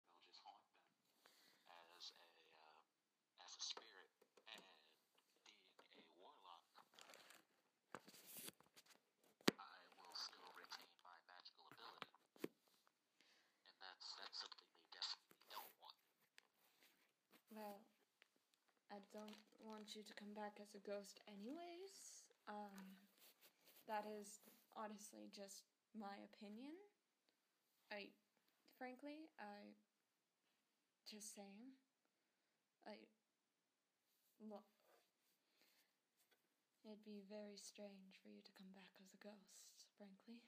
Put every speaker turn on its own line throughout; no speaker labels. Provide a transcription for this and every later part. uh,
don't want you to come back as a ghost, anyways. Um, that is honestly just my opinion. I, frankly, I. Just saying. I. Look. It'd be very strange for you to come back as a ghost, frankly.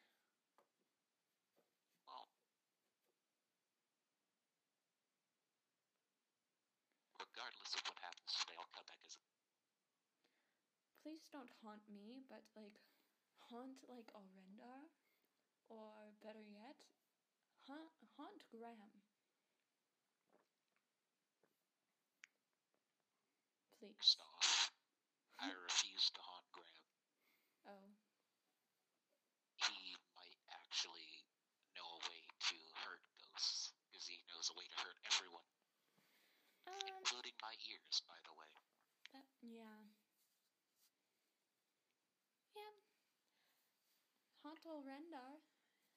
Regardless of what happens today, I'll come back as
Please don't haunt me, but like, haunt like Orendar, or better yet, haunt, haunt Graham. Please.
first off. I refuse to haunt Graham.
Oh,
He might actually know a way to hurt ghosts, because he knows a way to hurt everyone,
um,
including my ears, by the way.
that, yeah, yeah. Haunt Orendar.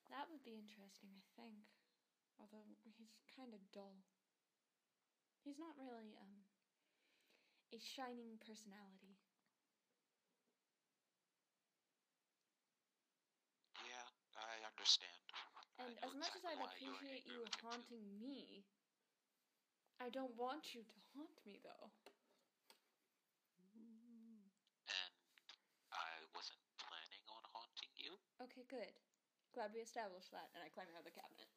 That would be interesting, I think. Although he's kind of dull. He's not really um a shining personality.
Yeah, I understand. I
And
know
as much
exactly
as I'd
why you're
appreciate
angry
you
with him, too.
haunting me, I don't want you to haunt me though.
And I wasn't planning on haunting you.
Okay, good. Glad we established that, and I climb out of the cabinet.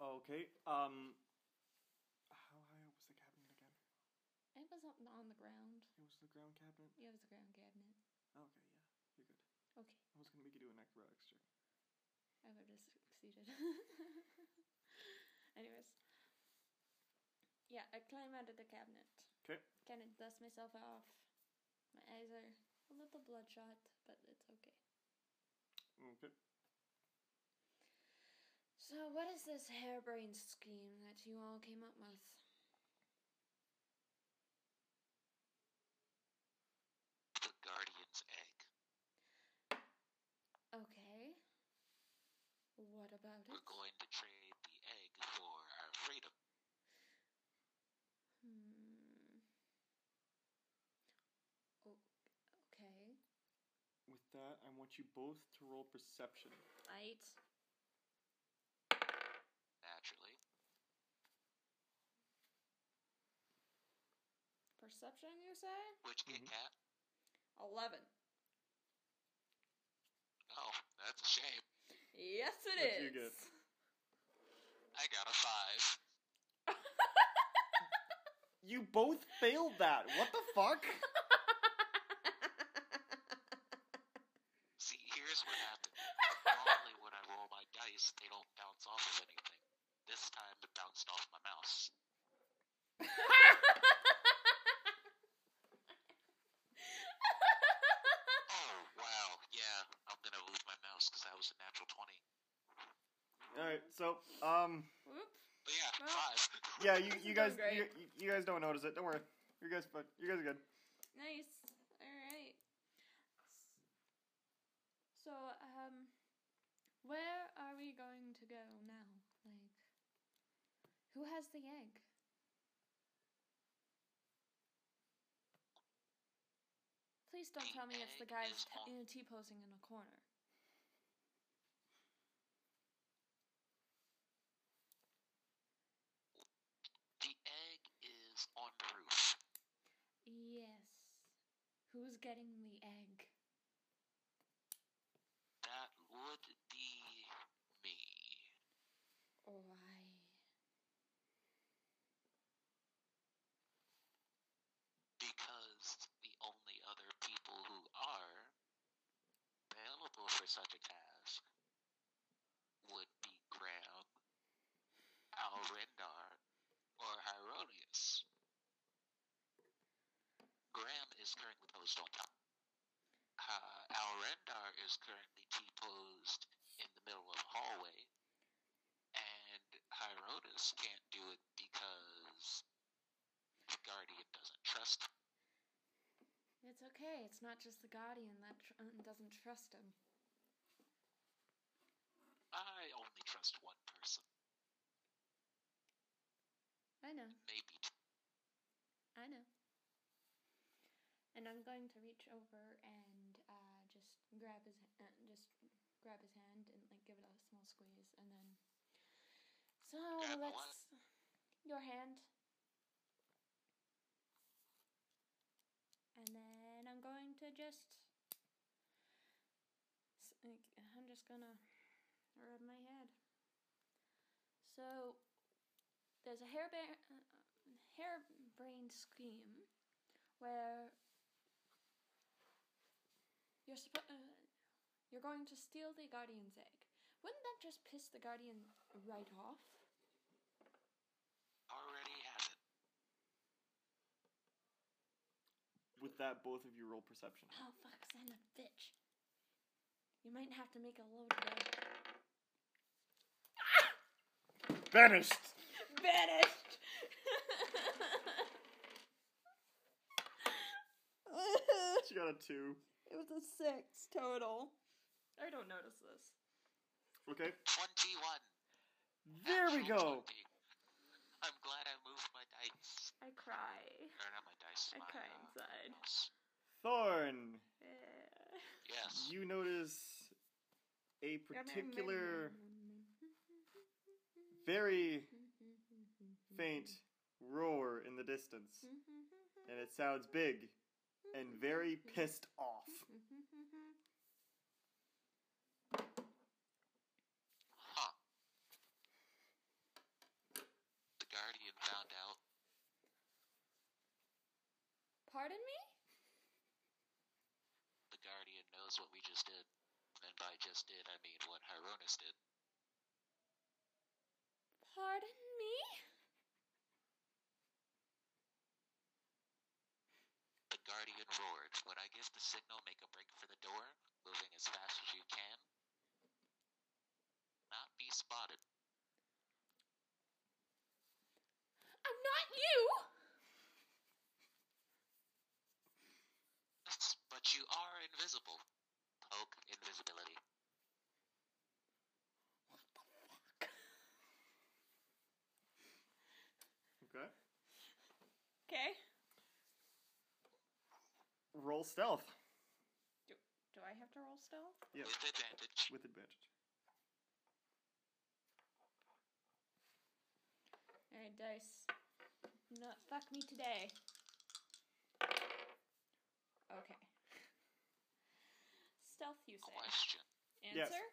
Okay. Um. How high up was the cabinet again?
It was on on the ground.
It was the ground cabinet.
Yeah, it was the ground cabinet.
Okay,
Okay,
yeah, you're good. I was gonna make you do an acrobatics check.
I would have succeeded. Anyways. Yeah, I climb out of the cabinet.
Okay.
Kind of dust myself off. My eyes are a little bloodshot, but it's okay.
Okay.
So, what is this harebrained scheme that you all came up with?
The Guardian's Egg.
Okay. What about it?
We're going to trade the egg for our freedom.
Hmm. O- okay.
With that, I want you both to roll perception.
Right.
Naturally.
Perception, you say?
Which Kit
Mhm.
Kat?
11.
Oh, that's a shame.
Yes, it
What'd you
is.
get?
I got a five.
You both failed that. What the fuck?
See, here's what happened. Normally, when I roll my dice, they don't bounce off of anything. This time, it bounced off my mouse. oh, wow. Yeah, I'm gonna move my mouse because that was a natural 20.
All right. So, um,
Whoop.
But yeah,
Well-
five.
yeah, you you
Doing
guys you,
great.
you- you guys don't notice it. Don't worry. You guys, but you guys are good.
Nice. Alright. So, um, where are we going to go now? Like, who has the egg? Please don't tell me it's the guy
Egg is on-
t- t posing in a corner.
The egg is on the roof.
Yes. Who's getting the egg?
That would be me.
Why?
Because the only other people who are available for such a task would be Graham, Alrindar, or Hieronius. Graham is currently posed on top. Uh, Alrindar is currently T-posed in the middle of a hallway, and Hieronius can't do it because the Guardian doesn't trust
It's okay. It's not just the guardian that tr- um, doesn't trust him.
I only trust one person,
I know.
maybe two.
I know. and I'm going to reach over and uh, just grab his ha- uh, just grab his hand and like give it a small squeeze, and then. So
Grab what?
let's your hand, and then I'm going to just. s- like, I'm just gonna rub my head. So there's a hair harebrained scheme where you're suppo- uh, you're going to steal the guardian's egg. Wouldn't that just piss the guardian right off?
Already have it.
With that, both of you roll perception.
Oh fuck, 'cause I'm a bitch. You might have to make a low today.
Vanished.
Vanished.
She got a two.
it was a six total. I don't notice this.
Okay.
21.
There we go.
Actual 20. I'm glad I moved my dice.
I cry.
Or not my dice.
I
my,
cry
uh,
inside.
mouse.
Thorn,
Yeah.
Yes.
you notice a particular, very faint roar in the distance, and it sounds big and very pissed off.
Huh. The Guardian found out.
Pardon me?
The Guardian knows what we just did. And by just did, I mean what Hieronis did.
Pardon me?
The Guardian roared. When I give the signal, make a break for the door, moving as fast as you can. Not be spotted.
I'm not you!
Yes, But you are invisible. Poke invisibility.
Okay.
Okay.
Roll stealth
Do I have to roll stealth?
Yep.
With advantage.
with advantage.
Alright, dice. Not fuck me today. Okay. Stealth, you say?
Question.
Yes.
Answer?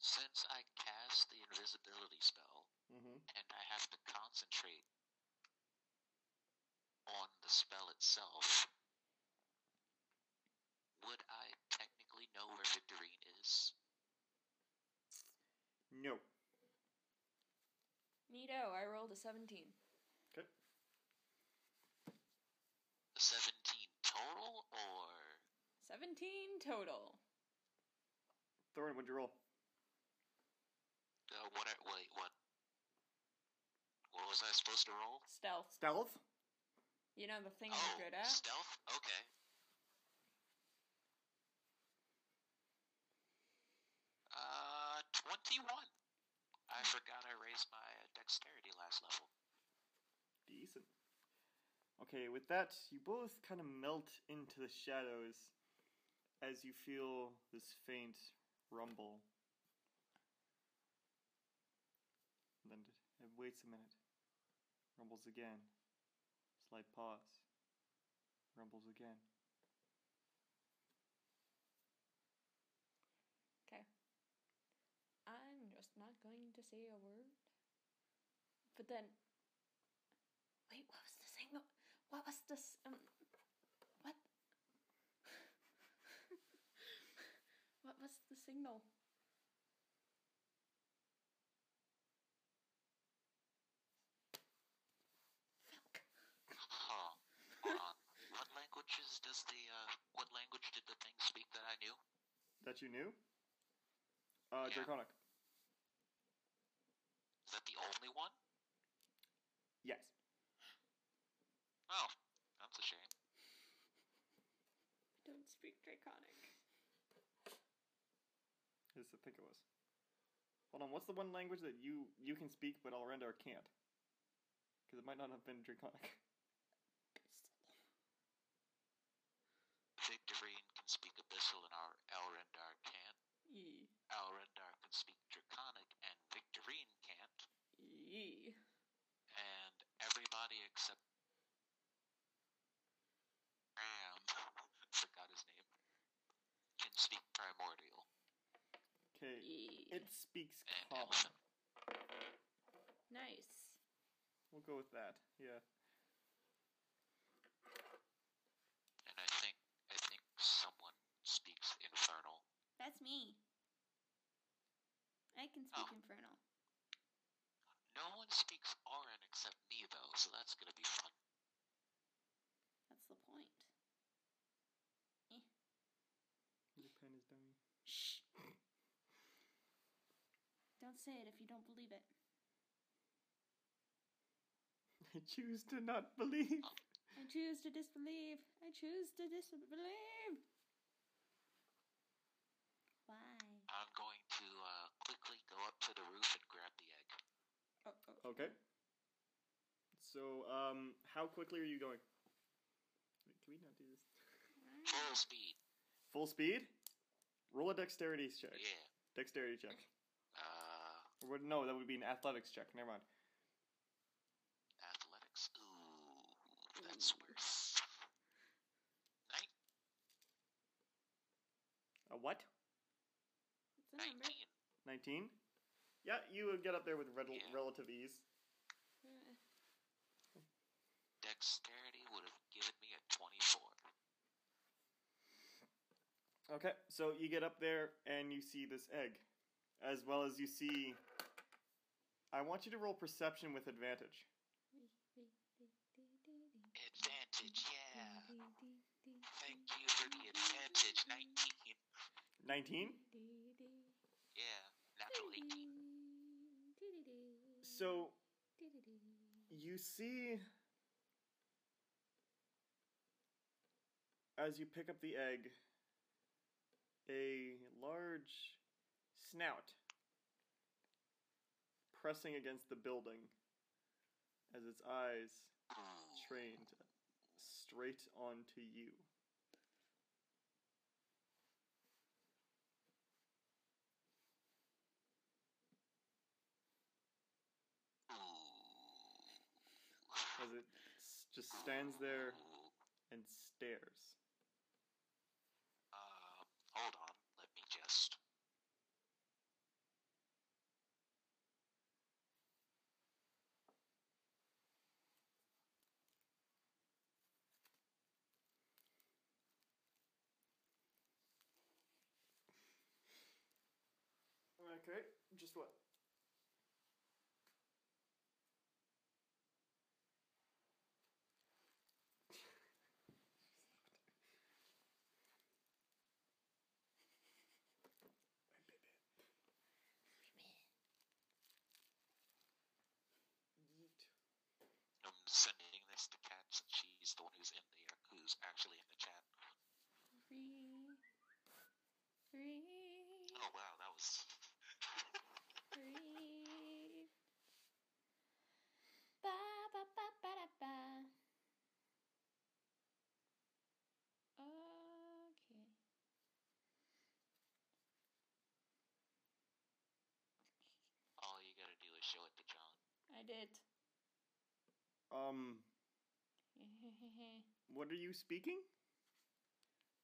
Since I cast the invisibility spell,
Mm-hmm.
and I have to concentrate on the spell itself, would I technically know where Victorine is?
No.
Neato, I rolled a 17.
Okay.
The 17 total, or
17 total.
Thorin, what'd you roll?
uh, what? Are, wait, what? What was I supposed to roll?
Stealth.
Stealth.
You know the thing
oh,
you're good at?
stealth. Okay. Uh, twenty-one. I forgot I raised my uh, dexterity last level.
Decent. Okay, with that, you both kind of melt into the shadows as you feel this faint rumble. And then it waits a minute. Rumbles again. Slight pause. Rumbles again.
Okay. I'm just not going to say a word. But then, wait, what was the thing? that- What was this? Um, what? what was the signal? Fuck.
Huh. Hold on. What languages does the uh, what language did the thing speak that I knew?
That you knew? Uh,
Yeah.
Draconic.
Is that the only one?
Yes.
Oh, that's a shame.
I don't speak Draconic.
Is I think it was. Hold on, what's the one language that you you can speak but Alrendar can't? Because it might not have been Draconic.
speak Abyssal, and our Elrondar can't.
Yee.
Alrendar can speak Draconic, and Victorine can't.
Yee.
And everybody except Graham, forgot his name, can speak Primordial.
Okay.
Yee.
It speaks
And
common.
Elfin.
Nice.
We'll go with that. Yeah.
And I think I think someone speaks Infernal.
That's me. I can speak Infernal.
No one speaks Auron except me though, so that's gonna be fun.
That's the point.
Your pen is dummy.
Shh. don't say it if you don't believe it.
I choose to not believe.
I choose to disbelieve. I choose to disbelieve. Why?
I'm going to uh, quickly go up to the roof and grab the egg.
Oh, oh.
Okay. So, um, how quickly are you going? Wait, can we not do this?
Full speed.
Full speed. Roll a dexterity check.
Yeah.
Dexterity check.
Uh,
Or what- no, that would be an athletics check. Never mind.
athletics. Ooh, that's worse. Nin-
A what?
It's a number.
Nineteen.
Nineteen. Yeah, you would get up there with rel-
Yeah.
relative ease.
Uh,
Dexterity would have given me a twenty-four.
Okay, so you get up there and you see this egg, as well as you see. I want you to roll perception with advantage.
Advantage. Yeah. Thank you for the advantage. Nineteen.
Nineteen.
Yeah. Natural eighteen.
So you see as you pick up the egg a large snout pressing against the building as its eyes
Ooh.
trained straight onto you
Ooh.
as it s- just stands there and stares
Uh, hold on. Let me just.
okay just what
I'm sending this to Kat since she's the one who's in the who's actually in the chat.
Three. Three.
Oh wow, that was.
Three. Ba ba ba ba da ba. Okay.
All you gotta do is show it to John.
I did.
um what are you speaking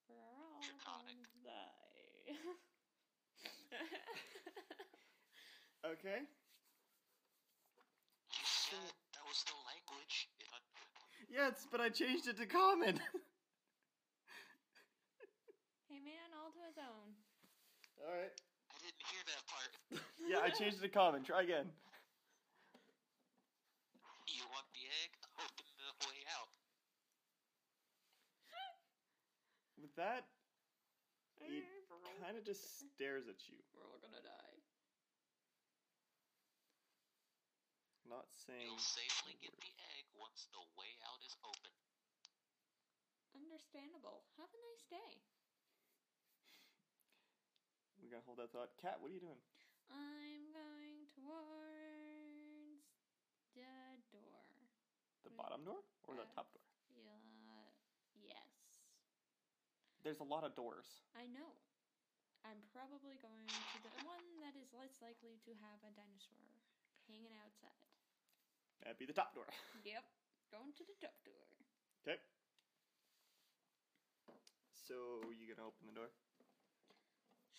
We're all
Draconic.
gonna die.
okay
Yeah, that was the language. It un-
Yes, but I changed it to common.
hey man, all to his own.
All right.
I didn't hear that part.
Yeah, I changed it to common. Try again.
You want the egg? Open the way out.
With that, he kind of just stares at you,
We're all gonna die.
not saying.
You'll safely get the egg once the way out is open.
Understandable. Have a nice day.
We're gonna hold that thought. Cat, what are you doing?
I'm going towards the door.
The bottom door or
Uh,
the top door?
Yeah. Yes.
there's a lot of doors.
I know. I'm probably going to the one that is less likely to have a dinosaur hanging outside.
That'd be the top door.
Yep. Going to the top door.
Okay. So you gonna open the door?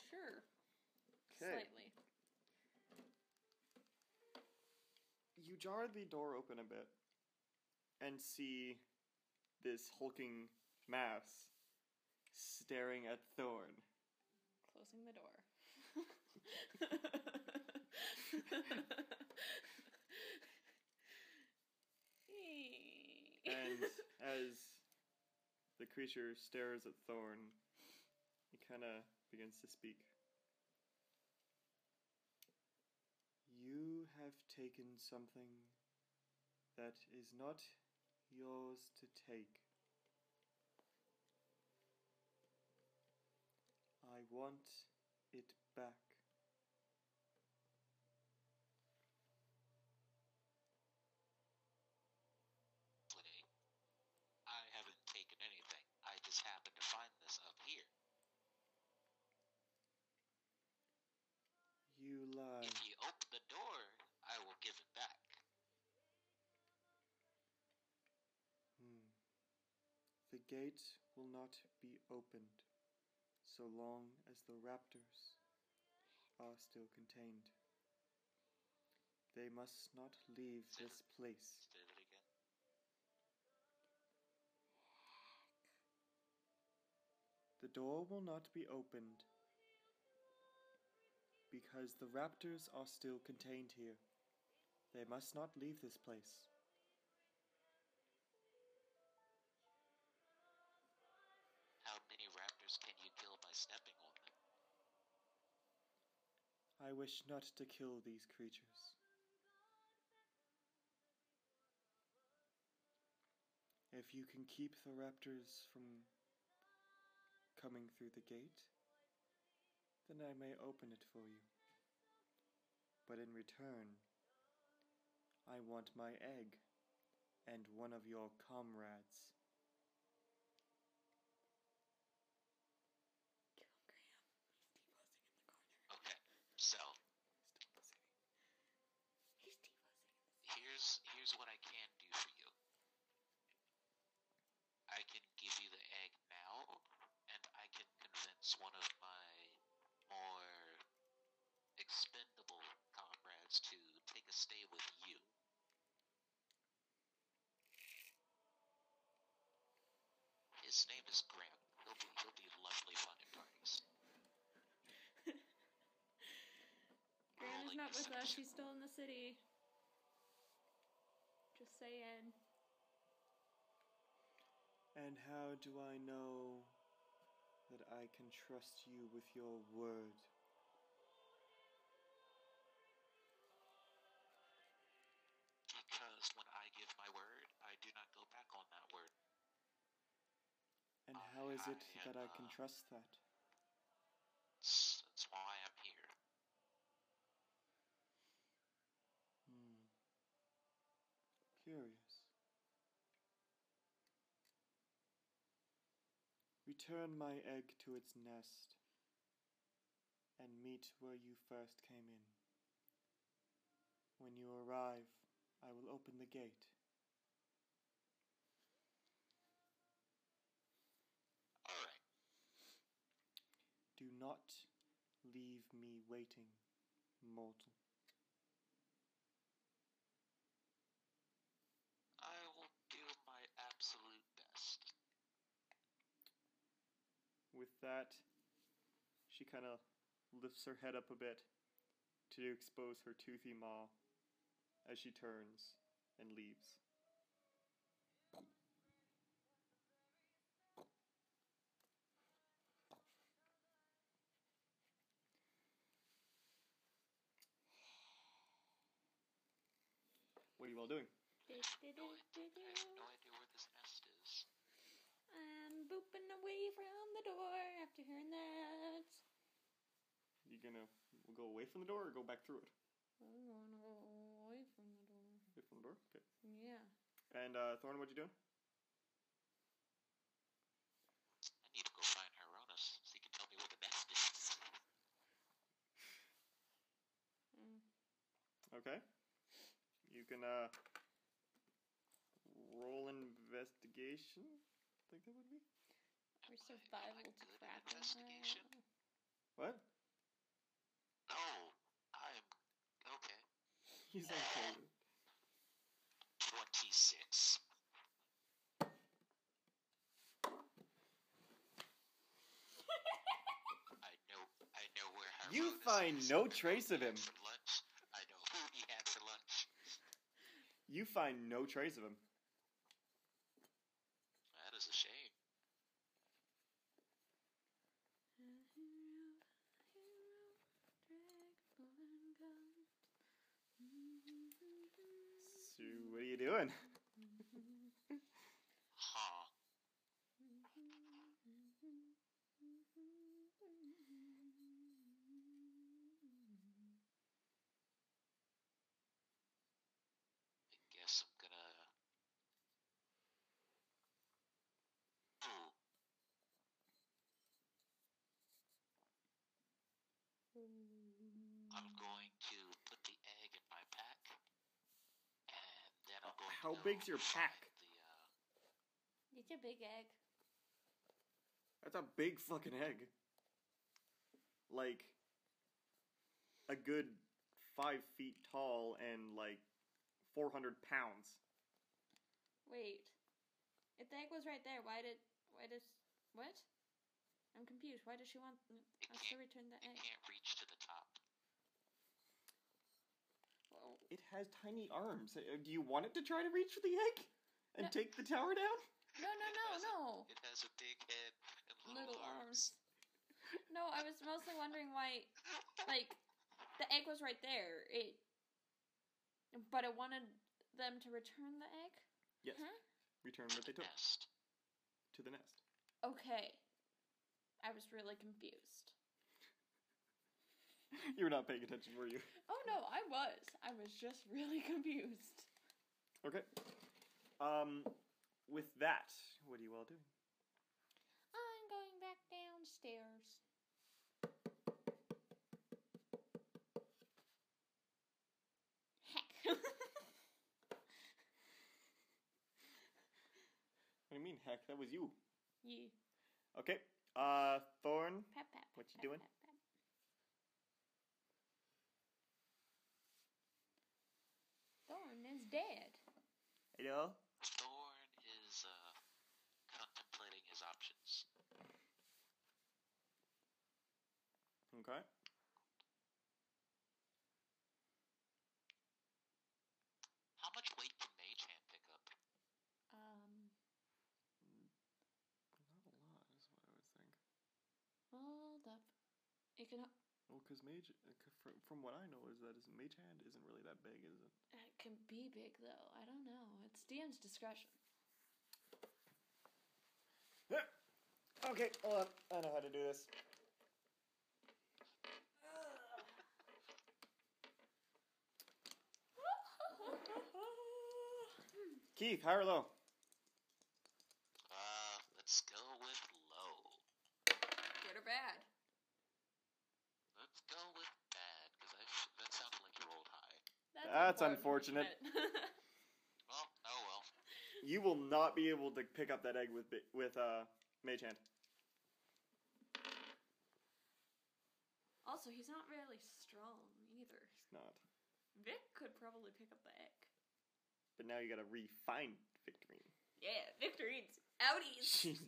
Sure.
'Kay.
Slightly.
You jar the door open a bit and see this hulking mass staring at Thorn.
Closing the door.
And as the creature stares at Thorn, he kind of begins to speak. You have taken something that is not yours to take. I want it back.
Lee, I haven't taken anything. I just happened to find this up here.
You lie.
If you open the door, I will give it back.
Hmm. The gate will not be opened so long as the raptors are still contained. They must not leave this place.
Say that again.
The door will not be opened because the raptors are still contained here. They must not leave this place.
How many raptors can you kill by stepping on them?
I wish not to kill these creatures. If you can keep the raptors from coming through the gate, then I may open it for you. But in return, I want my egg and one of your comrades.
Okay, so here's here's what I can do for you. I can give you the egg now, and I can convince one of my more expendable comrades to take a stay with you. His name is Graham. He'll be he'll be lovely fun at parties.
Graham is
Rolling
not with us.
perception.
She's still in the city. Just saying.
And how do I know that I can trust you with your word?
Because when I give my word, I do not go back on that word.
And
I-
how is it
I
that I can
am, uh,
trust that?
That's that's why I'm here.
Hmm. Curious. Return my egg to its nest and meet where you first came in. When you arrive, I will open the gate.
All right.
Do not leave me waiting, mortal.
I will do my absolute best.
With that, she kind of lifts her head up a bit to expose her toothy maw as she turns and leaves. What are you all doing?
No idea, I have no idea where this nest is.
I'm booping away from the door after hearing that.
You gonna go away from the door or go back through it?
I'm going to go away from the door.
Away from the door. Okay.
Yeah.
And uh, Thorn, what you doing?
I need to go find her
can uh, roll investigation. I think that would be
Am
Your
I- am I
survival to
good at
crap in
investigation?
hell.
what?
No, I'm okay.
He's okay.
Twenty six. I know. I know where.
You
Hirotis
find
is.
no
I know
trace
who
of
he
him.
had For lunch. I know who he had for lunch.
You find no trace of him.
That is a shame.
So what are you doing?
Huh. I guess I'm gonna. Oh, I'm going to put the egg in my pack, and then I'm going.
how
to go
big's your
find
pack?
The, uh,
It's a big egg.
That's a big fucking egg. Like a good five feet tall and like four hundred pounds.
Wait. If the egg was right there, why did why does what? I'm confused. Why does she want
it
us to
can't.
return the
It
egg?
can't reach to the top.
Well,
It has tiny arms. Uh, Do you want it to try to reach for the egg and
No.
take the tower down?
No, no, no, no.
It has a big head and little,
Little arms.
no, I was mostly wondering why like the egg was right there. It but it wanted them to return the egg?
Yes.
Huh?
Return
to
what they
the
took
nest.
to the nest.
Okay. I was really confused.
You were not paying attention, were you?
Oh no, I was. I was just really confused.
Okay. Um, with that, what are you all doing?
I'm going back downstairs.
Heck.
What do you mean, heck? That was you.
Ye.
Okay. Uh, Thorn.
Pat, pat, pat,
What you
pat,
doing?
pat, pat.
Thorn is dead.
Hello.
Thorn is uh, contemplating his options.
Okay.
How much weight can Mage Hand pick up?
Um,
Not a lot is what I would think.
hold up. It can
Well, because mage, uh, c- fr- from what I know, is that his mage hand isn't really that big, is it?
it can be big though. I don't know. It's DM's discretion.
Okay, hold on. I know how to do this. Keith, high or low?
Uh, let's go with low.
Good or bad?
Let's go with bad, because f- that sounded like you rolled high.
That's unfortunate.
Well, oh well.
You will not be able to pick up that egg with bi- with uh mage hand.
also, he's not really strong either.
It's not.
Vic could probably pick up the egg.
But now you gotta refine victory.
Yeah, Victor eats outies.
Jeez.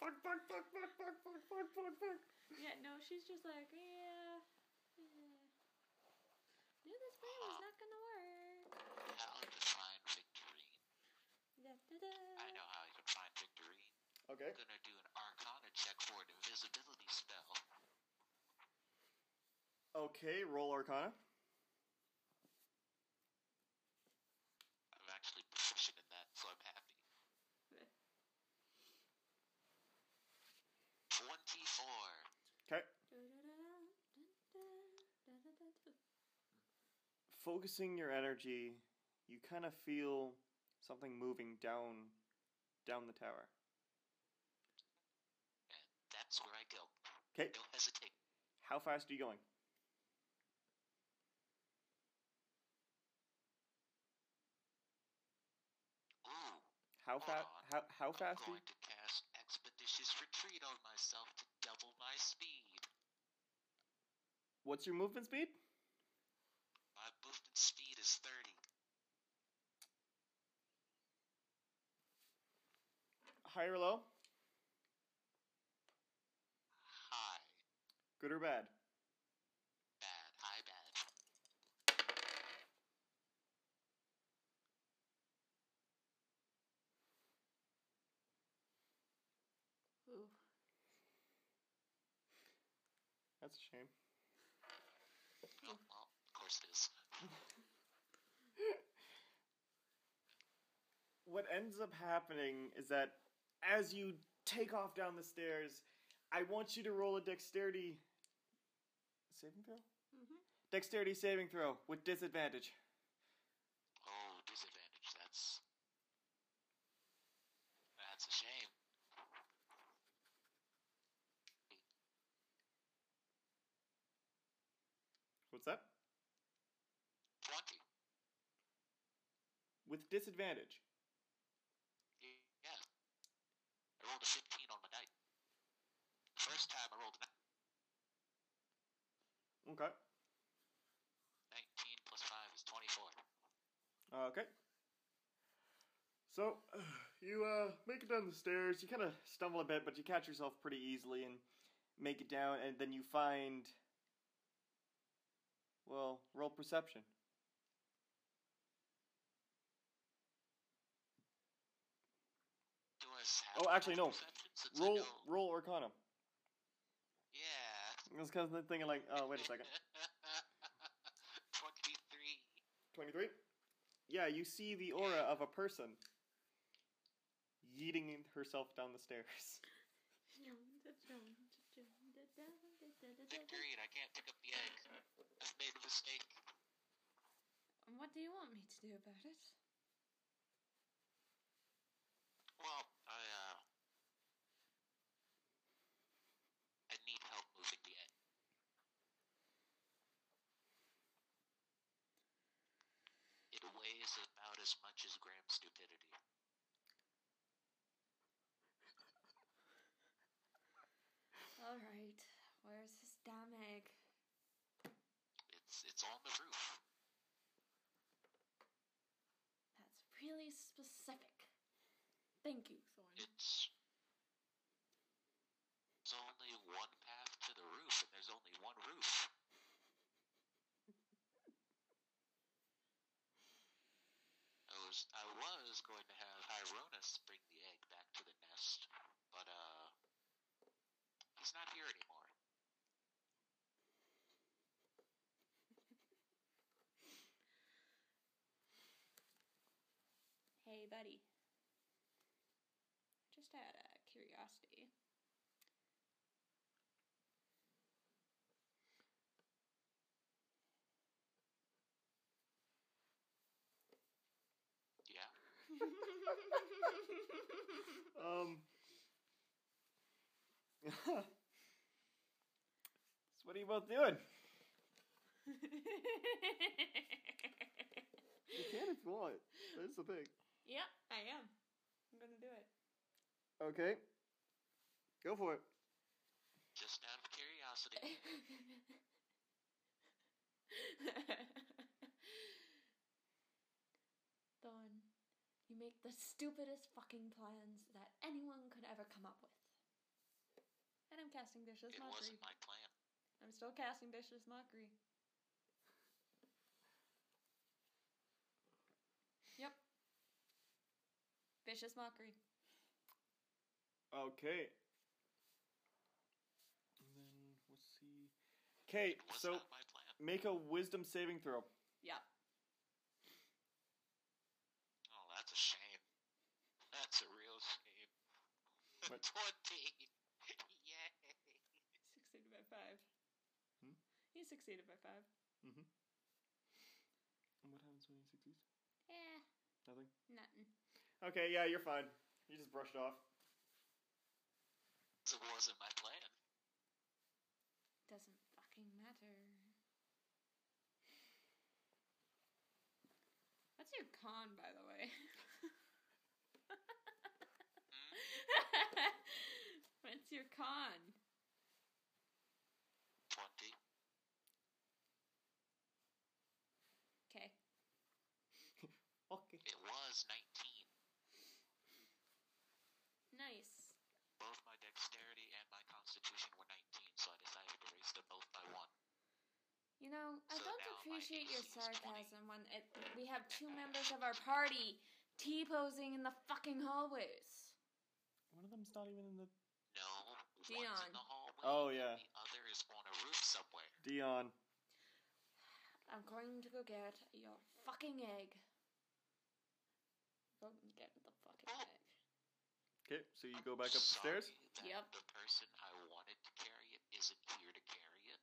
fuck, fuck, fuck, fuck, fuck, fuck, fuck, fuck, fuck.
yeah, no, she's just like, yeah. yeah. Knew this plan was not gonna work.
Um, How to find Victorine.
Da, da, da.
I know how you can find Victorine.
Okay.
I'm gonna do an Arcana check for an invisibility spell.
Okay, roll arcana.
I'm actually proficient in that, so I'm happy. 24.
Okay.
Da, da, da, da, da, da, da, da.
focusing your energy, you kind of feel something moving down down the tower.
And that's where I go.
Okay,
Don't hesitate.
how fast are you going? How
Hold
fast?
on.
How how
I'm
fast? Do you-
going to cast Expeditious Retreat on myself to double my speed.
What's your movement speed?
My movement speed is 30.
High or low?
High.
Good or bad?
Bad. High bad.
Ooh.
That's a shame.
Oh, well, of course it is.
what ends up happening is that as you take off down the stairs, I want you to roll a dexterity saving throw.
Mm-hmm.
Mhm.
Dexterity saving throw with disadvantage.
Oh, disadvantage. That's. That's a shame.
What's that?
20.
With disadvantage.
Yeah. I rolled a 15 on my night. First time I rolled a
Okay.
19 plus 5 is 24.
Okay. So you uh, make it down the stairs. You kind of stumble a bit, but you catch yourself pretty easily and make it down. And then you find. Well, roll perception.
Do I s- have
Oh,
high
actually, no.
perception since I
Roll,
know-
roll Arcana.
Yeah.
I was kind of thinking like, oh wait a second,
23.
twenty three. Yeah, you see the aura of a person yeeting herself down the stairs.
Victory, and I can't pick up the egg. I've made a mistake.
And what do you want me to do about it?
Well, I, uh. I need help moving the egg. It weighs about as much as Graham's stupidity.
All right, where's this damn egg?
It's it's on the roof.
That's really specific. Thank you, Thorn.
It's there's only one path to the roof, and there's only one roof. I was I was going to have Hieronymus bring the egg back to the nest, but uh, he's not here anymore.
Hey, buddy. Just out of curiosity,
Yeah.
Um. so what are you both doing? You can if you want. That's the thing.
yeah, I am. I'm gonna do it.
Okay. Go for it.
Just out of curiosity,
Thorn, you make the stupidest fucking plans that anyone could ever come up with. And I'm casting Vicious
it
Mockery.
wasn't my plan.
I'm still casting Vicious Mockery. Yep. Vicious Mockery.
Okay. And then let's see. Okay,
It was
so
not my plan.
make a wisdom saving throw.
Yep.
Oh, that's a shame. That's a real shame.
What?
Twenty. Yay.
Succeeded by five.
Hmm?
He succeeded by five.
And what happens when you succeed?
Eh,
Nothing.
nothing.
Okay, yeah, you're fine. You just brushed off.
It wasn't my plan.
Doesn't fucking matter. What's your con, by the way?
Hmm?
your con?
20.
Okay.
Okay.
It was 19.
Nice.
Both my dexterity and my constitution were 19, so I decided to raise them both by one.
You know,
I
So
don't
now my
appreciate your
AC is 20.
sarcasm when it, we have two members of our party T posing in the fucking hallways.
One of them's not even in the.
No, one's
Dion.
in the hallway.
Oh, yeah.
The other is on a roof somewhere.
Dion.
I'm going to go get your fucking egg. Go get the fucking egg.
Ah. Okay, so you
I'm
go back upstairs?
sorry that
Yep.
The person I wanted to carry it isn't here to carry it.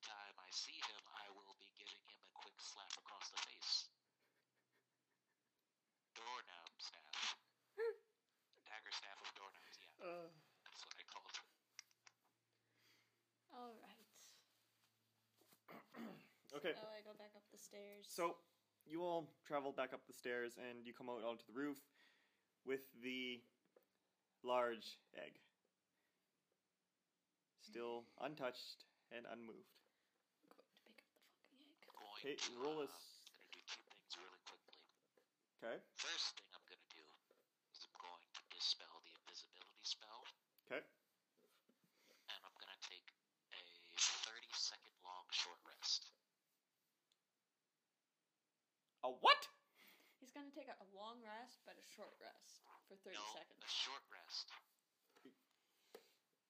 Time I see him, I will be giving him a quick slap across the face. Doorknob staff. Dagger staff of doorknobs, yeah,
Uh,
that's what I called it.
All right.
okay,
Oh, I go back up the stairs.
so you all travel back up the stairs and you come out onto the roof with the large egg. Still untouched and unmoved.
I'm going to pick up the fucking egg.
Going
Okay,
to,
roll a.
uh, I'm gonna do two things really quickly.
Okay,
First thing I'm gonna do is I'm going to dispel the invisibility spell.
okay.
and I'm gonna take a 30 second long short rest.
A what?
He's going to take a a long rest, but a short rest for 30
no,
seconds.
a short rest.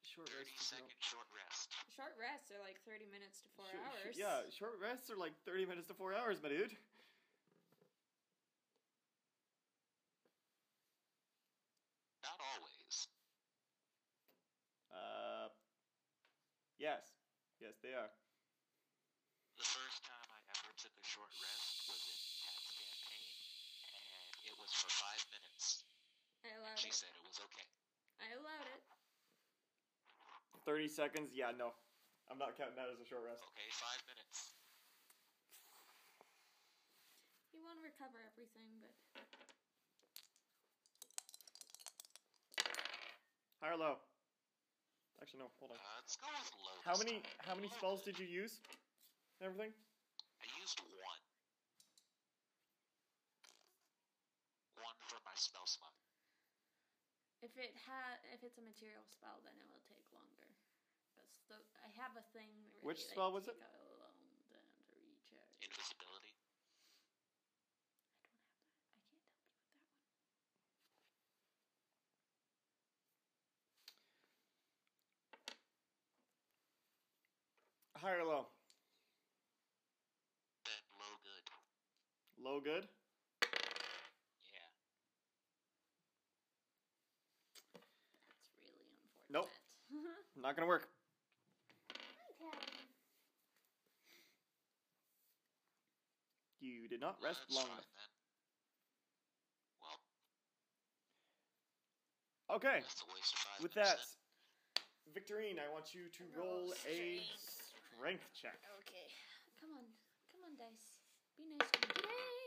Short
30
rest. is no-
second short rest.
Short rests are like 30 minutes to four
Shor- shor-
hours.
yeah, short rests are like 30 minutes to 4 hours, my dude.
Not always.
Uh, yes. Yes, they are.
The first time I ever took a short rest was in Cat's campaign, and it was for five minutes.
I allowed
She
it.
said it was okay.
I allowed it.
30 seconds? Yeah, no. I'm not counting that as a short rest.
Okay, five minutes.
You won't recover everything, but
High or low? Actually, no. Hold on.
Uh, let's go with low.
How
this
many
time.
how many spells did you use? and Everything?
I used one. One for my spell slot.
if it ha- if it's a material spell, then it will take longer. Because I have a thing. Where
Which
they, like,
spell was it?
take a long time to recharge.
Invisibility.
I can't help you with that one.
High or low?
Then low good.
Low good?
Yeah.
That's really unfortunate.
Nope. Not gonna work. You did not rest
That's
long
fine
enough.
then. Well,
Okay.
that's a waste of five
With
minutes
that,
then.
Victorine, I want you to
Roll
roll a
strength.
strength check.
okay. Come on. Come on, dice. Be nice to me today.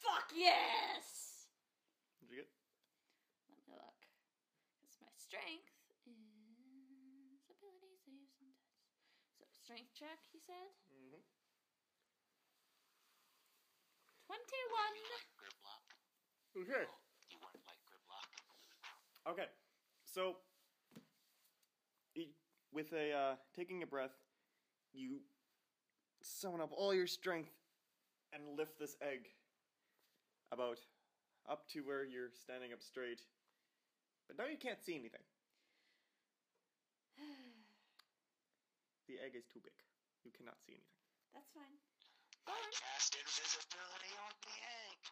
Fuck yes!
Did you get?
Let me look. Because my strength is ability saves and tests. So strength check, he said.
Mm-hmm.
Twenty-one.
You like Grimlock?
Okay.
You weren't like Grimlock?
Okay. So, y- with a uh, taking a breath, you summon up all your strength and lift this egg about up to where you're standing up straight. But now you can't see anything. The egg is too big. You cannot see anything.
That's fine.
I cast invisibility on the egg!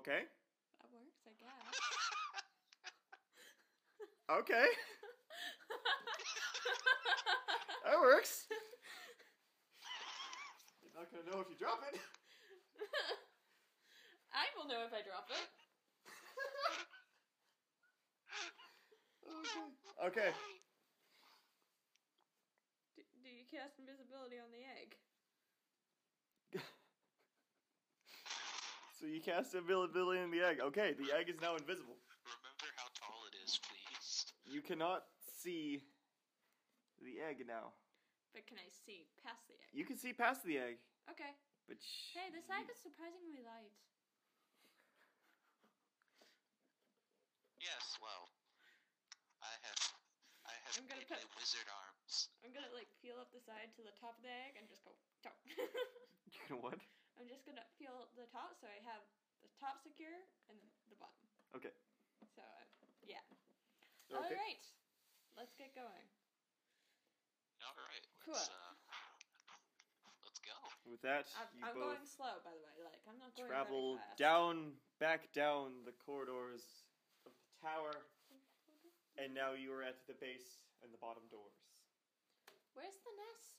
Okay.
That works, I guess.
Okay. That works. You're not gonna know if you drop it.
I will know if I drop it.
Okay.
Do, do you cast invisibility on the egg?
So you You cast invisibility in the egg. Okay, the egg is now invisible.
Remember how tall it is, please.
You cannot see the egg now.
But can I see past the egg?
You can see past the egg,
Okay.
but sh-
Hey, this egg is surprisingly light.
Yes, well, I have, I have
I'm gonna
big wizard arms.
I'm gonna like peel up the side to the top of the egg and just go chop.
you can what?
I'm just gonna peel the top so I have the top secure and then the bottom.
Okay.
So uh, yeah. All right. Let's get going.
All right, let's
Cool.
uh, let's go.
With that,
I'm,
you
I'm
both
going slow, by the way. Like I'm not going very
travel
fast.
down, back down the corridors of the tower, and now you are at the base and the bottom doors.
Where's the nest?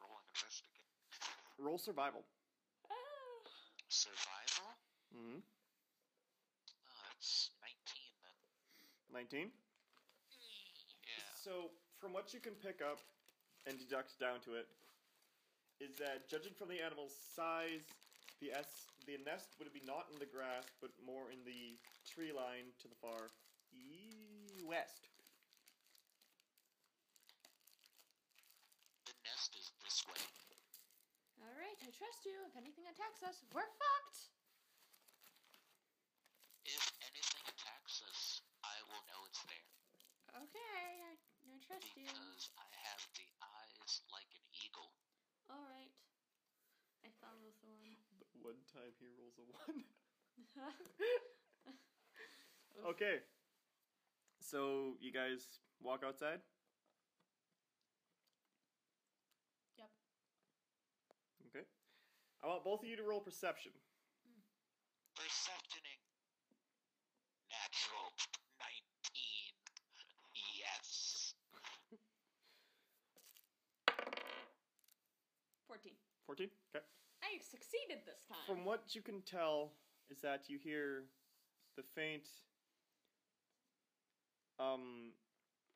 Roll and investigate.
Roll survival.
Oh,
Survival.
Mm-hmm.
Oh, that's nineteen then.
19.
Yeah.
So, from what you can pick up and deduct down to it, is that judging from the animal's size, the s the nest would be not in the grass, but more in the tree line to the far e- west.
The nest is this way.
All right, I trust you. If anything attacks us, we're fucked.
If anything attacks us, I will know it's there
Okay, I, I trust you.
because I have the eyes like an eagle.
All right. I follow Thorn.
But one time he rolls a one.
Oof.
okay. So you guys walk outside.
Yep.
Okay. I want both of you to roll perception.
Perceptioning. Natural nineteen. Yes.
14.
Fourteen. Okay.
I succeeded this time.
From what you can tell, is that you hear the faint um,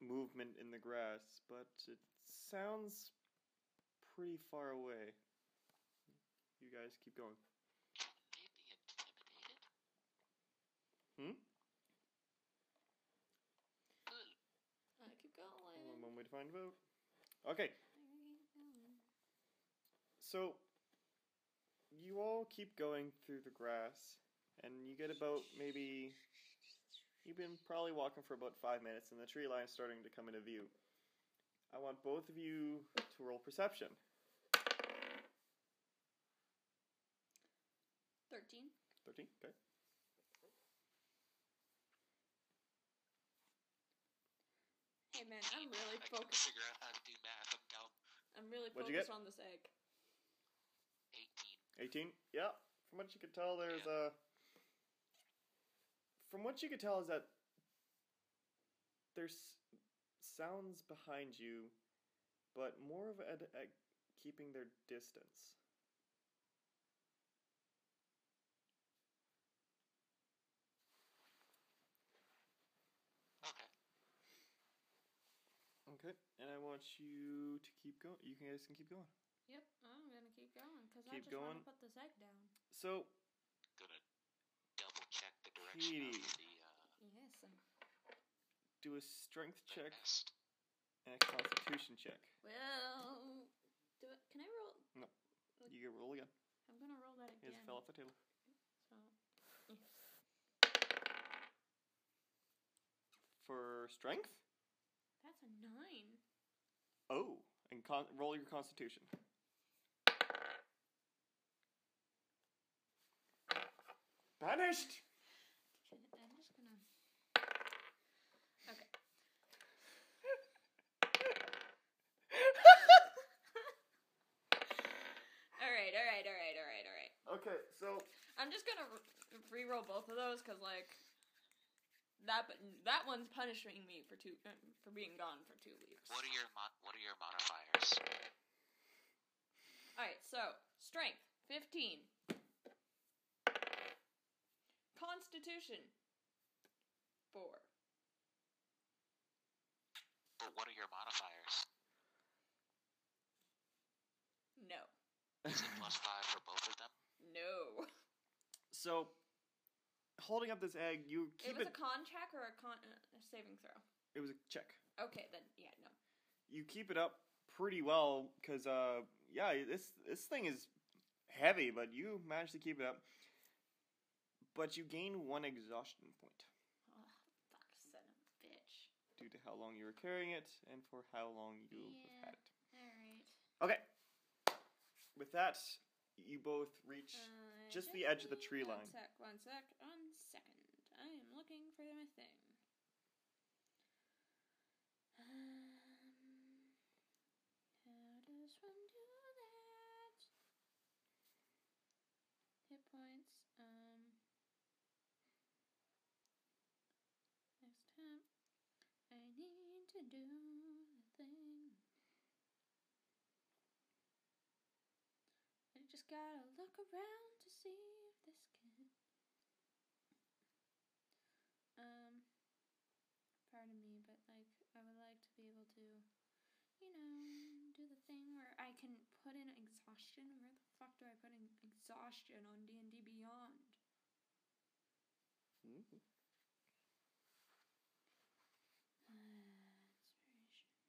movement in the grass, but it sounds pretty far away. You guys keep going.
Can they be intimidated?
Hmm?
Good.
I keep going.
One moment to find a vote. Okay, so you all keep going through the grass, and you get about maybe. You've been probably walking for about five minutes, and the tree line's starting to come into view. I want both of you to roll perception.
13.
13, okay.
Hey man, I'm really
I couldn't
focused.
figure out how to do math. I'm down
I'm really
What'd you
focused on this egg.
18.
18 yeah from what you could tell there's a from what you could tell is that there's sounds behind you but more of at, at keeping their distance
Okay.
okay and i want you to keep going you guys can keep going
Yep, I'm gonna keep going because
Keep going.
wanna put this egg down.
so
Gonna double check the direction
Petey.
of the, uh,
Yes.
do a strength
the
check
nest.
and a constitution check
Well, do it. Can I roll?
you can roll again
I'm gonna roll that
it
again.
fell off the table
So,
for strength
that's a nine.
oh and con- roll your constitution banished
I'm just gonna. Okay. all right, all right, all right, all right, all right.
okay, so
I'm just gonna re- re-roll both of those because like that, but that one's punishing me for two uh, for being gone for two weeks.
What are your mo- what are your modifiers?
All right, so strength fifteen, constitution four.
But what are your modifiers? Is it plus five for both of them?
No.
so, holding up this egg, you keep
it was a con check or a con uh, a saving throw.
it was a check.
Okay, then yeah, no.
you keep it up pretty well because uh yeah this this thing is heavy but you manage to keep it up but you gain one exhaustion point
Oh, fuck, son of a bitch.
due to how long you were carrying it and for how long you have had it
All right.
okay with that you both reach
Uh,
Just the edge of the
definitely-
tree
one
line.
Sec, one sec, one second. I am looking for my thing. Um, how does one do that? Hit points. Um. Next time, I need to do the thing. I just gotta look around to see if this can. Um, pardon me, but like, I would like to be able to, you know, do the thing where I can put in exhaustion. Where the fuck do I put in exhaustion on D and D Beyond?
Mhm.
Uh, inspiration.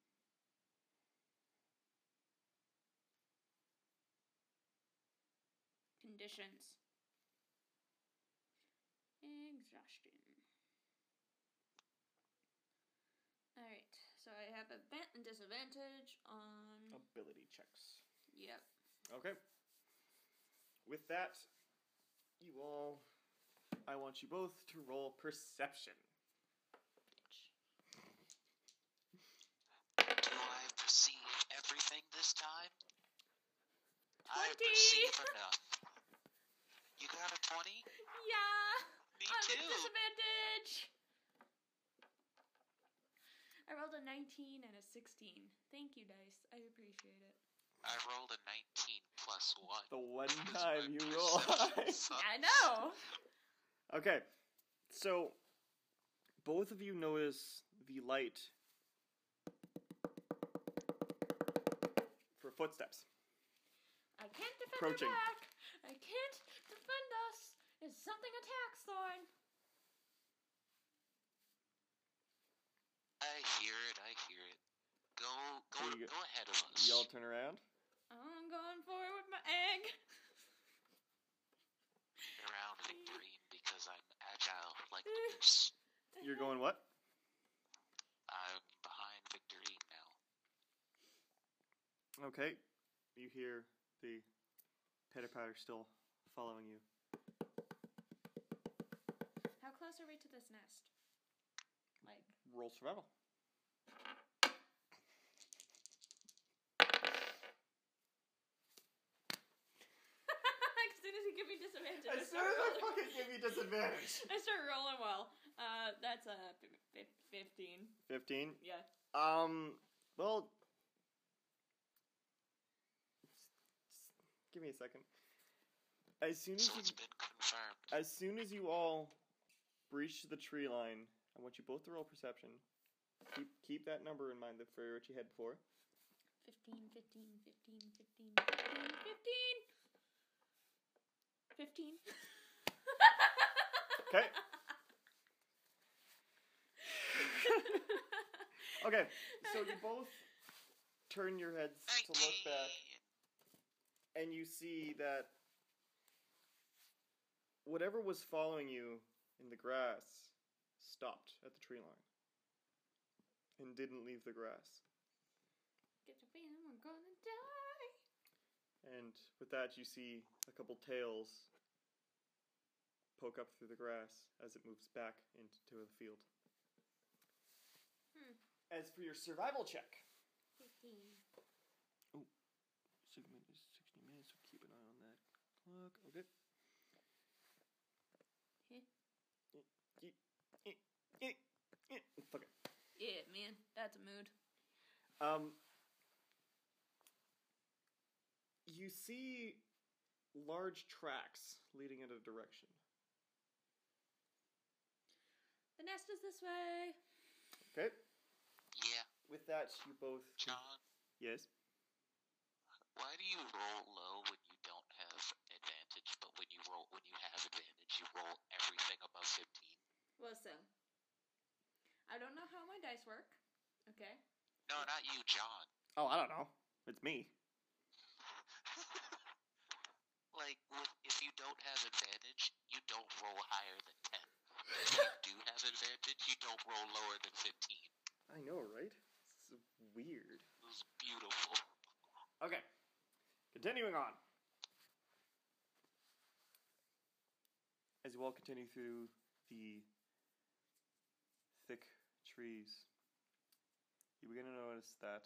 Conditions. Exhaustion. Alright, so I have advan- disadvantage on.
ability checks
Yep.
okay with that you all i want you both to roll perception
Do I perceive everything this time? I
20.
perceive enough. You got a 20?
Yeah!
Me
I'm at
too.
disadvantage! I rolled a 19 and a 16. Thank you, Dice. I appreciate it.
I rolled a 19 plus 1.
the one
because my
time you roll
perception
high.
sucks.
I know!
Okay, so both of you notice the light for footsteps.
I can't defend
Approaching.
our back. I can't defend us. If something attacks Thorn,
I hear it, I hear it. Go, go,
There you go.
go ahead of us.
You all turn around.
I'm going for it with my egg.
Around victory because I'm agile like the moose.
You're going what?
I'm behind victory now.
Okay, you hear the pitter patter still following you.
How close are we to this nest? Like,
Roll survival.
as soon as you give me disadvantage, I start, rolling.
fucking give you disadvantage.
I start rolling well. Uh, that's a uh, fif- fifteen.
Fifteen.
Yeah.
Um. Well. Give me a second. As soon as
So
you
it's been confirmed.
As soon as you all breach the tree line, I want you both to roll perception. Keep keep that number in mind that for what you had before.
15, 15, 15, 15, 15, 15. 15.
'Kay. Okay, so you both turn your heads to
19.
look back, and you see that whatever was following you in the grass stopped at the tree line and didn't leave the grass.
Get the feeling we're gonna die.
And with that, you see a couple tails poke up through the grass as it moves back into the field.
Hmm.
As for your survival check,
15.
six minutes, sixty minutes. So keep an eye on that clock. Okay.
Huh?
Okay.
Yeah, man, that's a mood.
Um, you see large tracks leading in a direction.
The nest is this way.
Okay.
Yeah,
With that, you both.
John,
Yes.
Why do you roll low when you don't have advantage, but when you roll when you have advantage, you roll everything above fifteen?
Listen, I don't know how my dice work. Okay.
No, not you, John.
Oh, I don't know. It's me.
like with, if you don't have advantage, you don't roll higher than ten. If you do have advantage, you don't roll lower than fifteen.
I know, right? This is weird.
It was beautiful.
Okay. Continuing on. As you all continue through the thick trees, you begin to notice that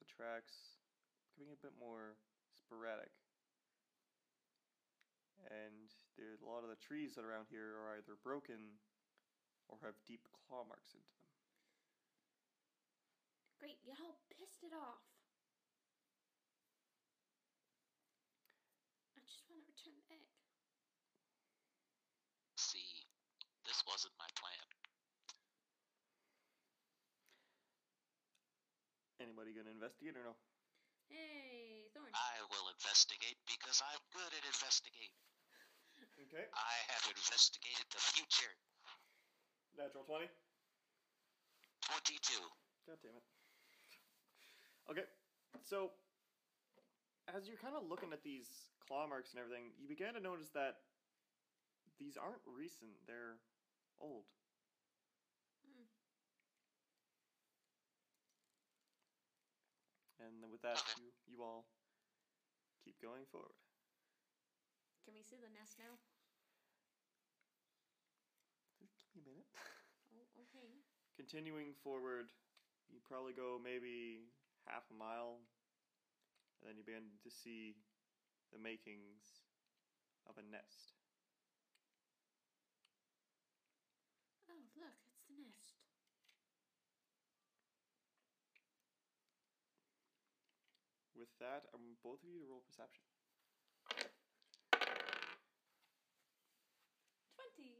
the tracks becoming a bit more sporadic. And there, a lot of the trees that are around here are either broken or have deep claw marks into them.
Great, y'all pissed it off. I just want to return the egg.
See, this wasn't my plan.
Anybody gonna investigate or no?
Hey, Thorn.
I will investigate because I'm good at investigating.
Okay.
I have investigated the future.
Natural 20.
Twenty-two.
God damn it. Okay, so as you're kind of looking at these claw marks and everything, you began to notice that these aren't recent, they're old.
Hmm.
And then with that,
Okay.
you, you all keep going forward.
Can we see the nest now?
Just give me a minute.
Oh, okay.
Continuing forward, you probably go maybe half a mile, and then you begin to see the makings of a nest.
Oh, look, it's the nest.
With that, I want both of you to roll perception.
20.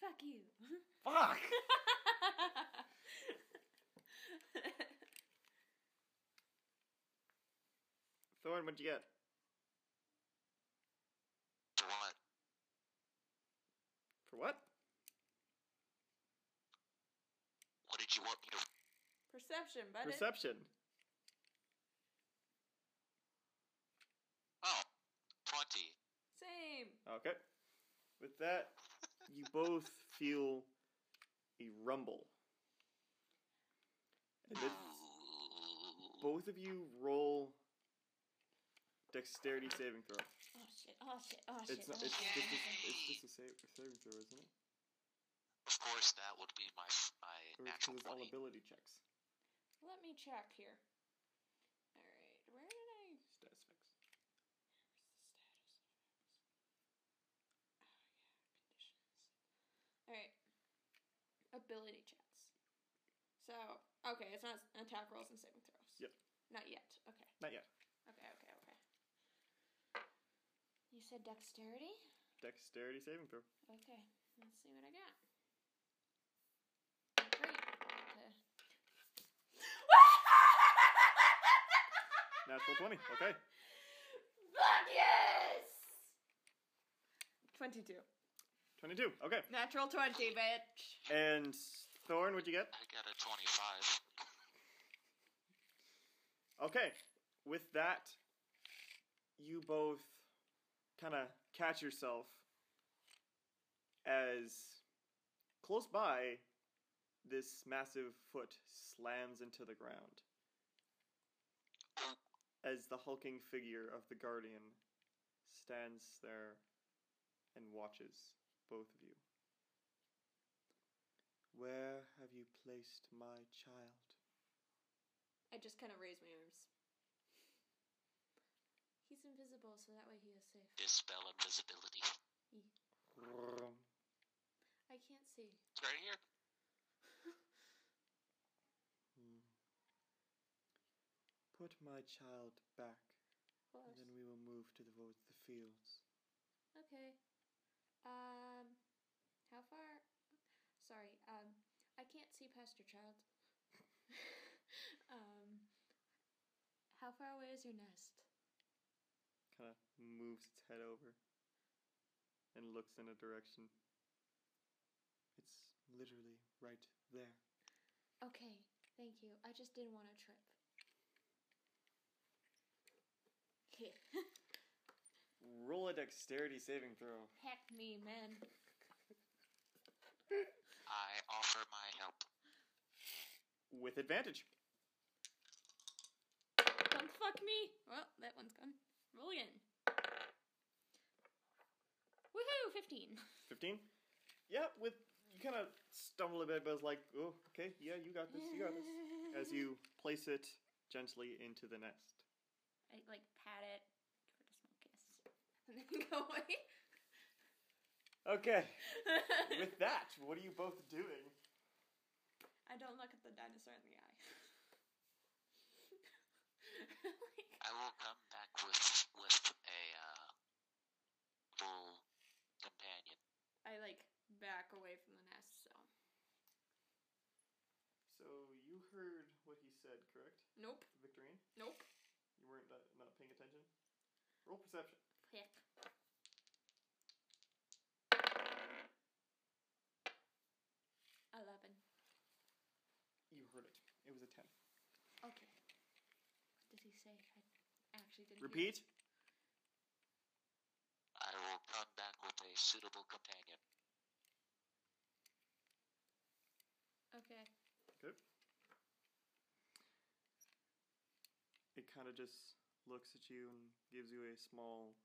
Fuck you.
Fuck! Thorn, what'd you get?
For what?
For what?
What did you want me to?
Perception, buddy.
Perception.
Oh, 20.
Same.
Okay. With that, you both feel a rumble. And it's,
Ooh.
both of you roll dexterity saving throw.
Oh shit, oh shit, oh shit.
It's not,
oh,
it's,
shit.
just, a- it's just a save, saving throw, isn't it?
Of course, that would be my my
Or it's 'cause
natural
it's all
20.
ability checks.
Let me check here. Alright, where did I.
Stats fix.
Oh,
Alright.
ability checks. So, okay, it's not attack rolls and saving throws.
Yep.
Not yet. Okay.
Not yet.
Okay, okay, okay. You said dexterity?
Dexterity saving throw.
Okay, let's see what I got. Great. Okay.
Natural 20. Okay.
Fuck yes! 22.
22. Okay.
Natural 20, bitch.
And Thorn, what'd you get?
I got a 25.
Okay, with that, you both kind of catch yourself as close by this massive foot slams into the ground as the hulking figure of the guardian stands there and watches both of you. Where have you placed my child?
I just kind of raised my arms. He's invisible, so that way he is safe.
Dispel invisibility.
I can't see.
It's right here.
Hmm. Put my child back,
Of
and
course.
then we will move towards the fields.
Okay. Um, how far? Sorry. Um, I can't see past your child. um, How far away is your nest?
Kind of moves its head over and looks in a direction. It's literally right there.
Okay, thank you. I just didn't want a trip.
Roll a dexterity saving throw.
Heck me, man.
I offer my help.
With advantage.
Don't fuck me. Well, that one's gone. Roll again. Woohoo! Fifteen.
15? Yeah, with you kind of stumble a bit, but it's like, oh, okay, yeah, you got this, you got this. As you place it gently into the nest.
I like pat it, give it a small kiss, and then go away.
Okay, with that, what are you both doing?
I don't look at the dinosaur in the eye. like,
I will come back with with a uh, bull companion.
I like back away from the nest. So
So you heard what he said, correct,
nope,
Victorine?
nope.
You weren't not, not paying attention? Roll perception.
Heck. Eleven.
You heard it. It was a 10.
Okay. What did he say? I actually didn't. hear.
Repeat.
I will come back with a suitable companion.
Okay.
It kind of just looks at you and gives you a small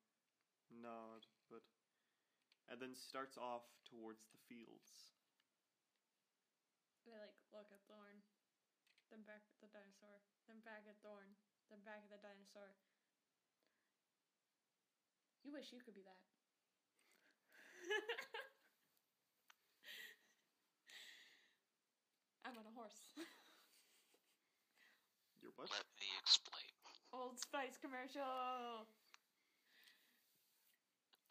nod, but. And then starts off towards the fields.
They like look at Thorn, then back at the dinosaur, then back at Thorn, then back at the dinosaur. You wish you could be that.
I'm on a horse.
Your what?
Let me explain.
Old Spice commercial.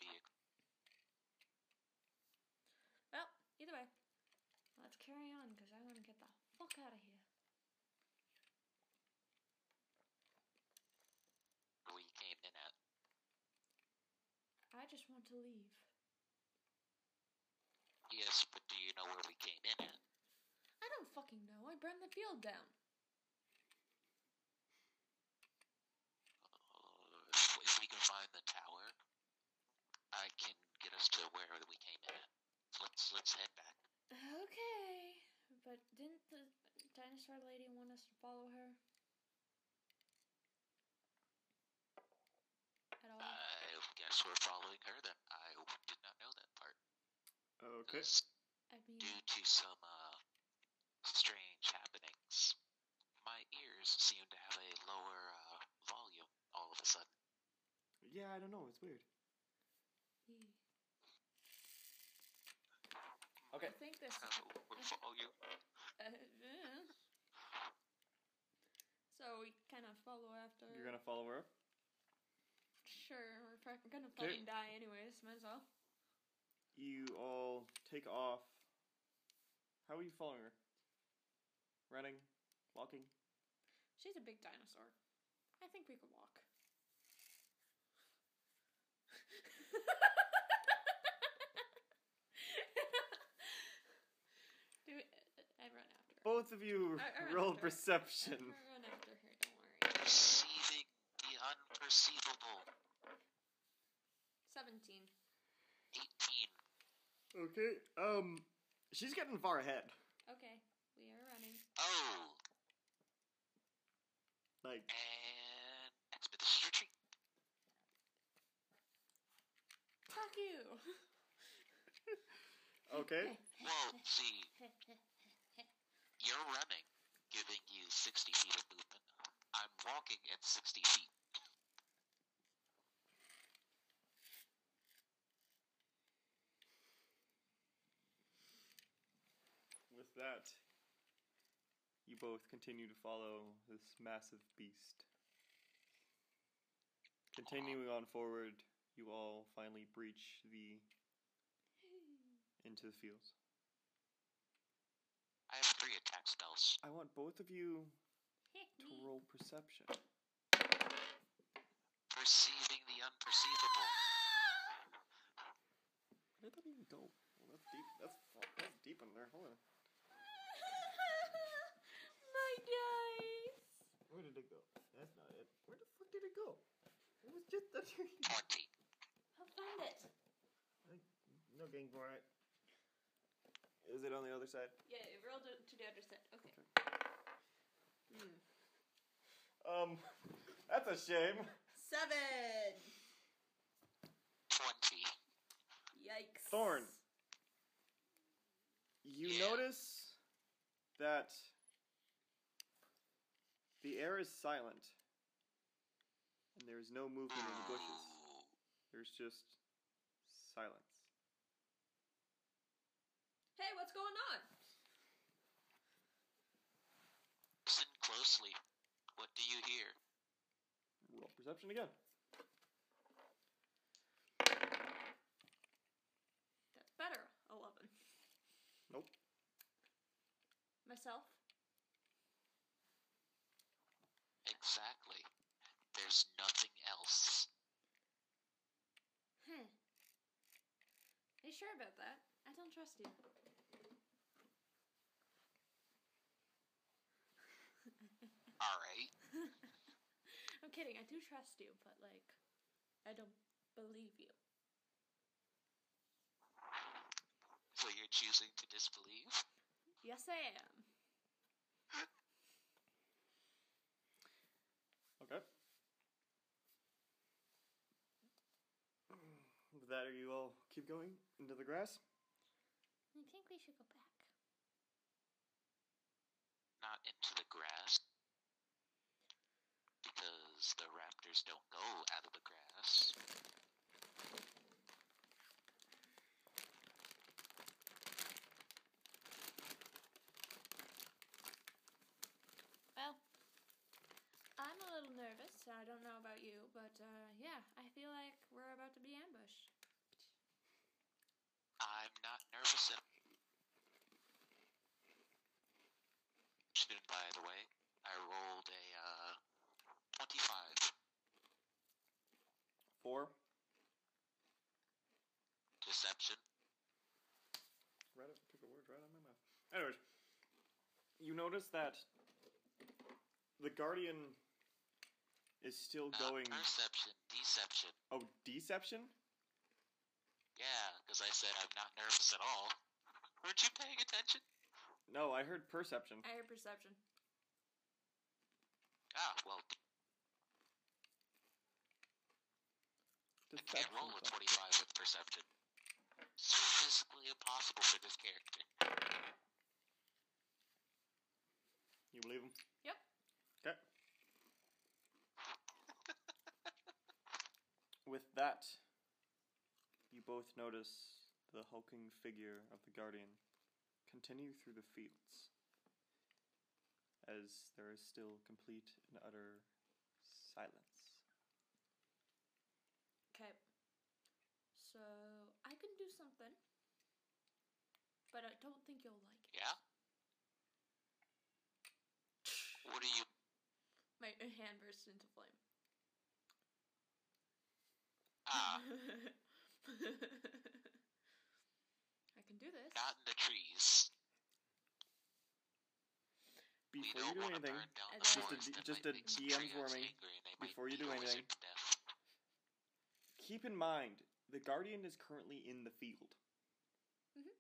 Be
Well, either way.
Let's carry on because I want to get the fuck out of here.
we came in at.
I just want to leave.
Yes, but do you know where we came in at?
I don't fucking know. I burned the field down.
Uh, if, if we can find the tower, I can get us to where we came in at. Let's let's head back.
Okay. But didn't the dinosaur lady want us to follow her?
At all.
I guess we're following her then. I did not know that part.
Okay.
Because
I mean,
Due to some uh, strange happenings, my ears seem to have a lower uh, volume all of a sudden.
Yeah, I don't know. It's weird.
I think this.
Lower volume.
uh, so we kind of follow after.
You're gonna follow her up?
Sure, we're fuck- gonna
Okay.
fucking die anyways. Might as well.
You all take off. How are you following her? Running? Walking?
She's a big dinosaur. I think we could walk. Do it. I run after her.
Both of you
I- I
roll
remember. I
perception.
run after her. Don't worry.
Perceiving the unperceivable.
Seventeen.
18.
Okay. Um, she's getting far ahead.
Okay, we are running.
Oh,
Like
and expedition retreat.
Fuck you.
okay.
Well, see, you're running, giving you 60 feet of movement. I'm walking at 60 feet.
With that, you both continue to follow this massive beast. Continuing on forward, you all finally breach the into the fields.
I have three attack spells.
I want both of you
Heck
to
me.
roll perception.
Perceiving the unperceivable.
Where did that even go? Well, that's deep. That's fu- that's deep in there. Hold on.
My dice.
Where did it go? That's not it. Where the fuck did it go? It was just the
Twenty.
I'll find it.
No game for it. Is it on the other side?
Yeah, it rolled it to the other side. Okay. Hmm.
Um, that's a shame.
Seven.
Twenty.
Yikes.
Thorn. You
Yeah.
notice that the air is silent, and there is no movement in the bushes.
Ooh.
There's just silence.
Hey, what's going on?
Listen closely. What do you hear?
Roll perception again.
That's better. Eleven.
Nope.
Myself.
Exactly. There's nothing else.
Hmm. Are you sure about that? I don't trust you.
All right.
I'm kidding. I do trust you, but like, I don't believe you.
So you're choosing to disbelieve?
Yes, I am.
Okay. With that, are you all keep going into the grass?
I think we should go back.
Not into the grass. Because the raptors don't go out of the grass.
Well, I'm a little nervous. I don't know about you, but uh, yeah, I feel like we're about to be ambushed.
I'm not nervous at Shouldn't, by the way. I rolled a uh, 25.
Four.
Deception.
Right up, took the words right out of my mouth. Anyways, you notice that the guardian is still
Not
going.
uh, Perception. Deception.
Oh, deception.
Yeah, because I said I'm not nervous at all. Weren't you paying attention?
No, I heard perception.
I heard perception.
Ah, well, I can't
Deception.
roll a
is up.
25 with perception. It's physically impossible for this character.
You believe him?
Yep.
Okay. With that, you both notice the hulking figure of the guardian continue through the fields, as there is still complete and utter silence.
Okay. So I can do something, but I don't think you'll like it.
Yeah? What are you.
My uh, hand bursts into flame.
Ah,
I can do this.
not in the trees. we
Before
don't
you do
wanna
anything,
burn down
And
the
just a
forest.
d-
That
just
might
a
make some treants
DM for me
angry and they might
before you
beat
do
a wizard to
anything.
death.
keep in mind the guardian is currently in the field.
Mm-hmm.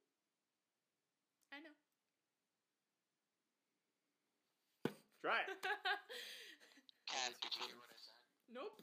I know.
Try it.
Cat, did you hear what I said?
Nope.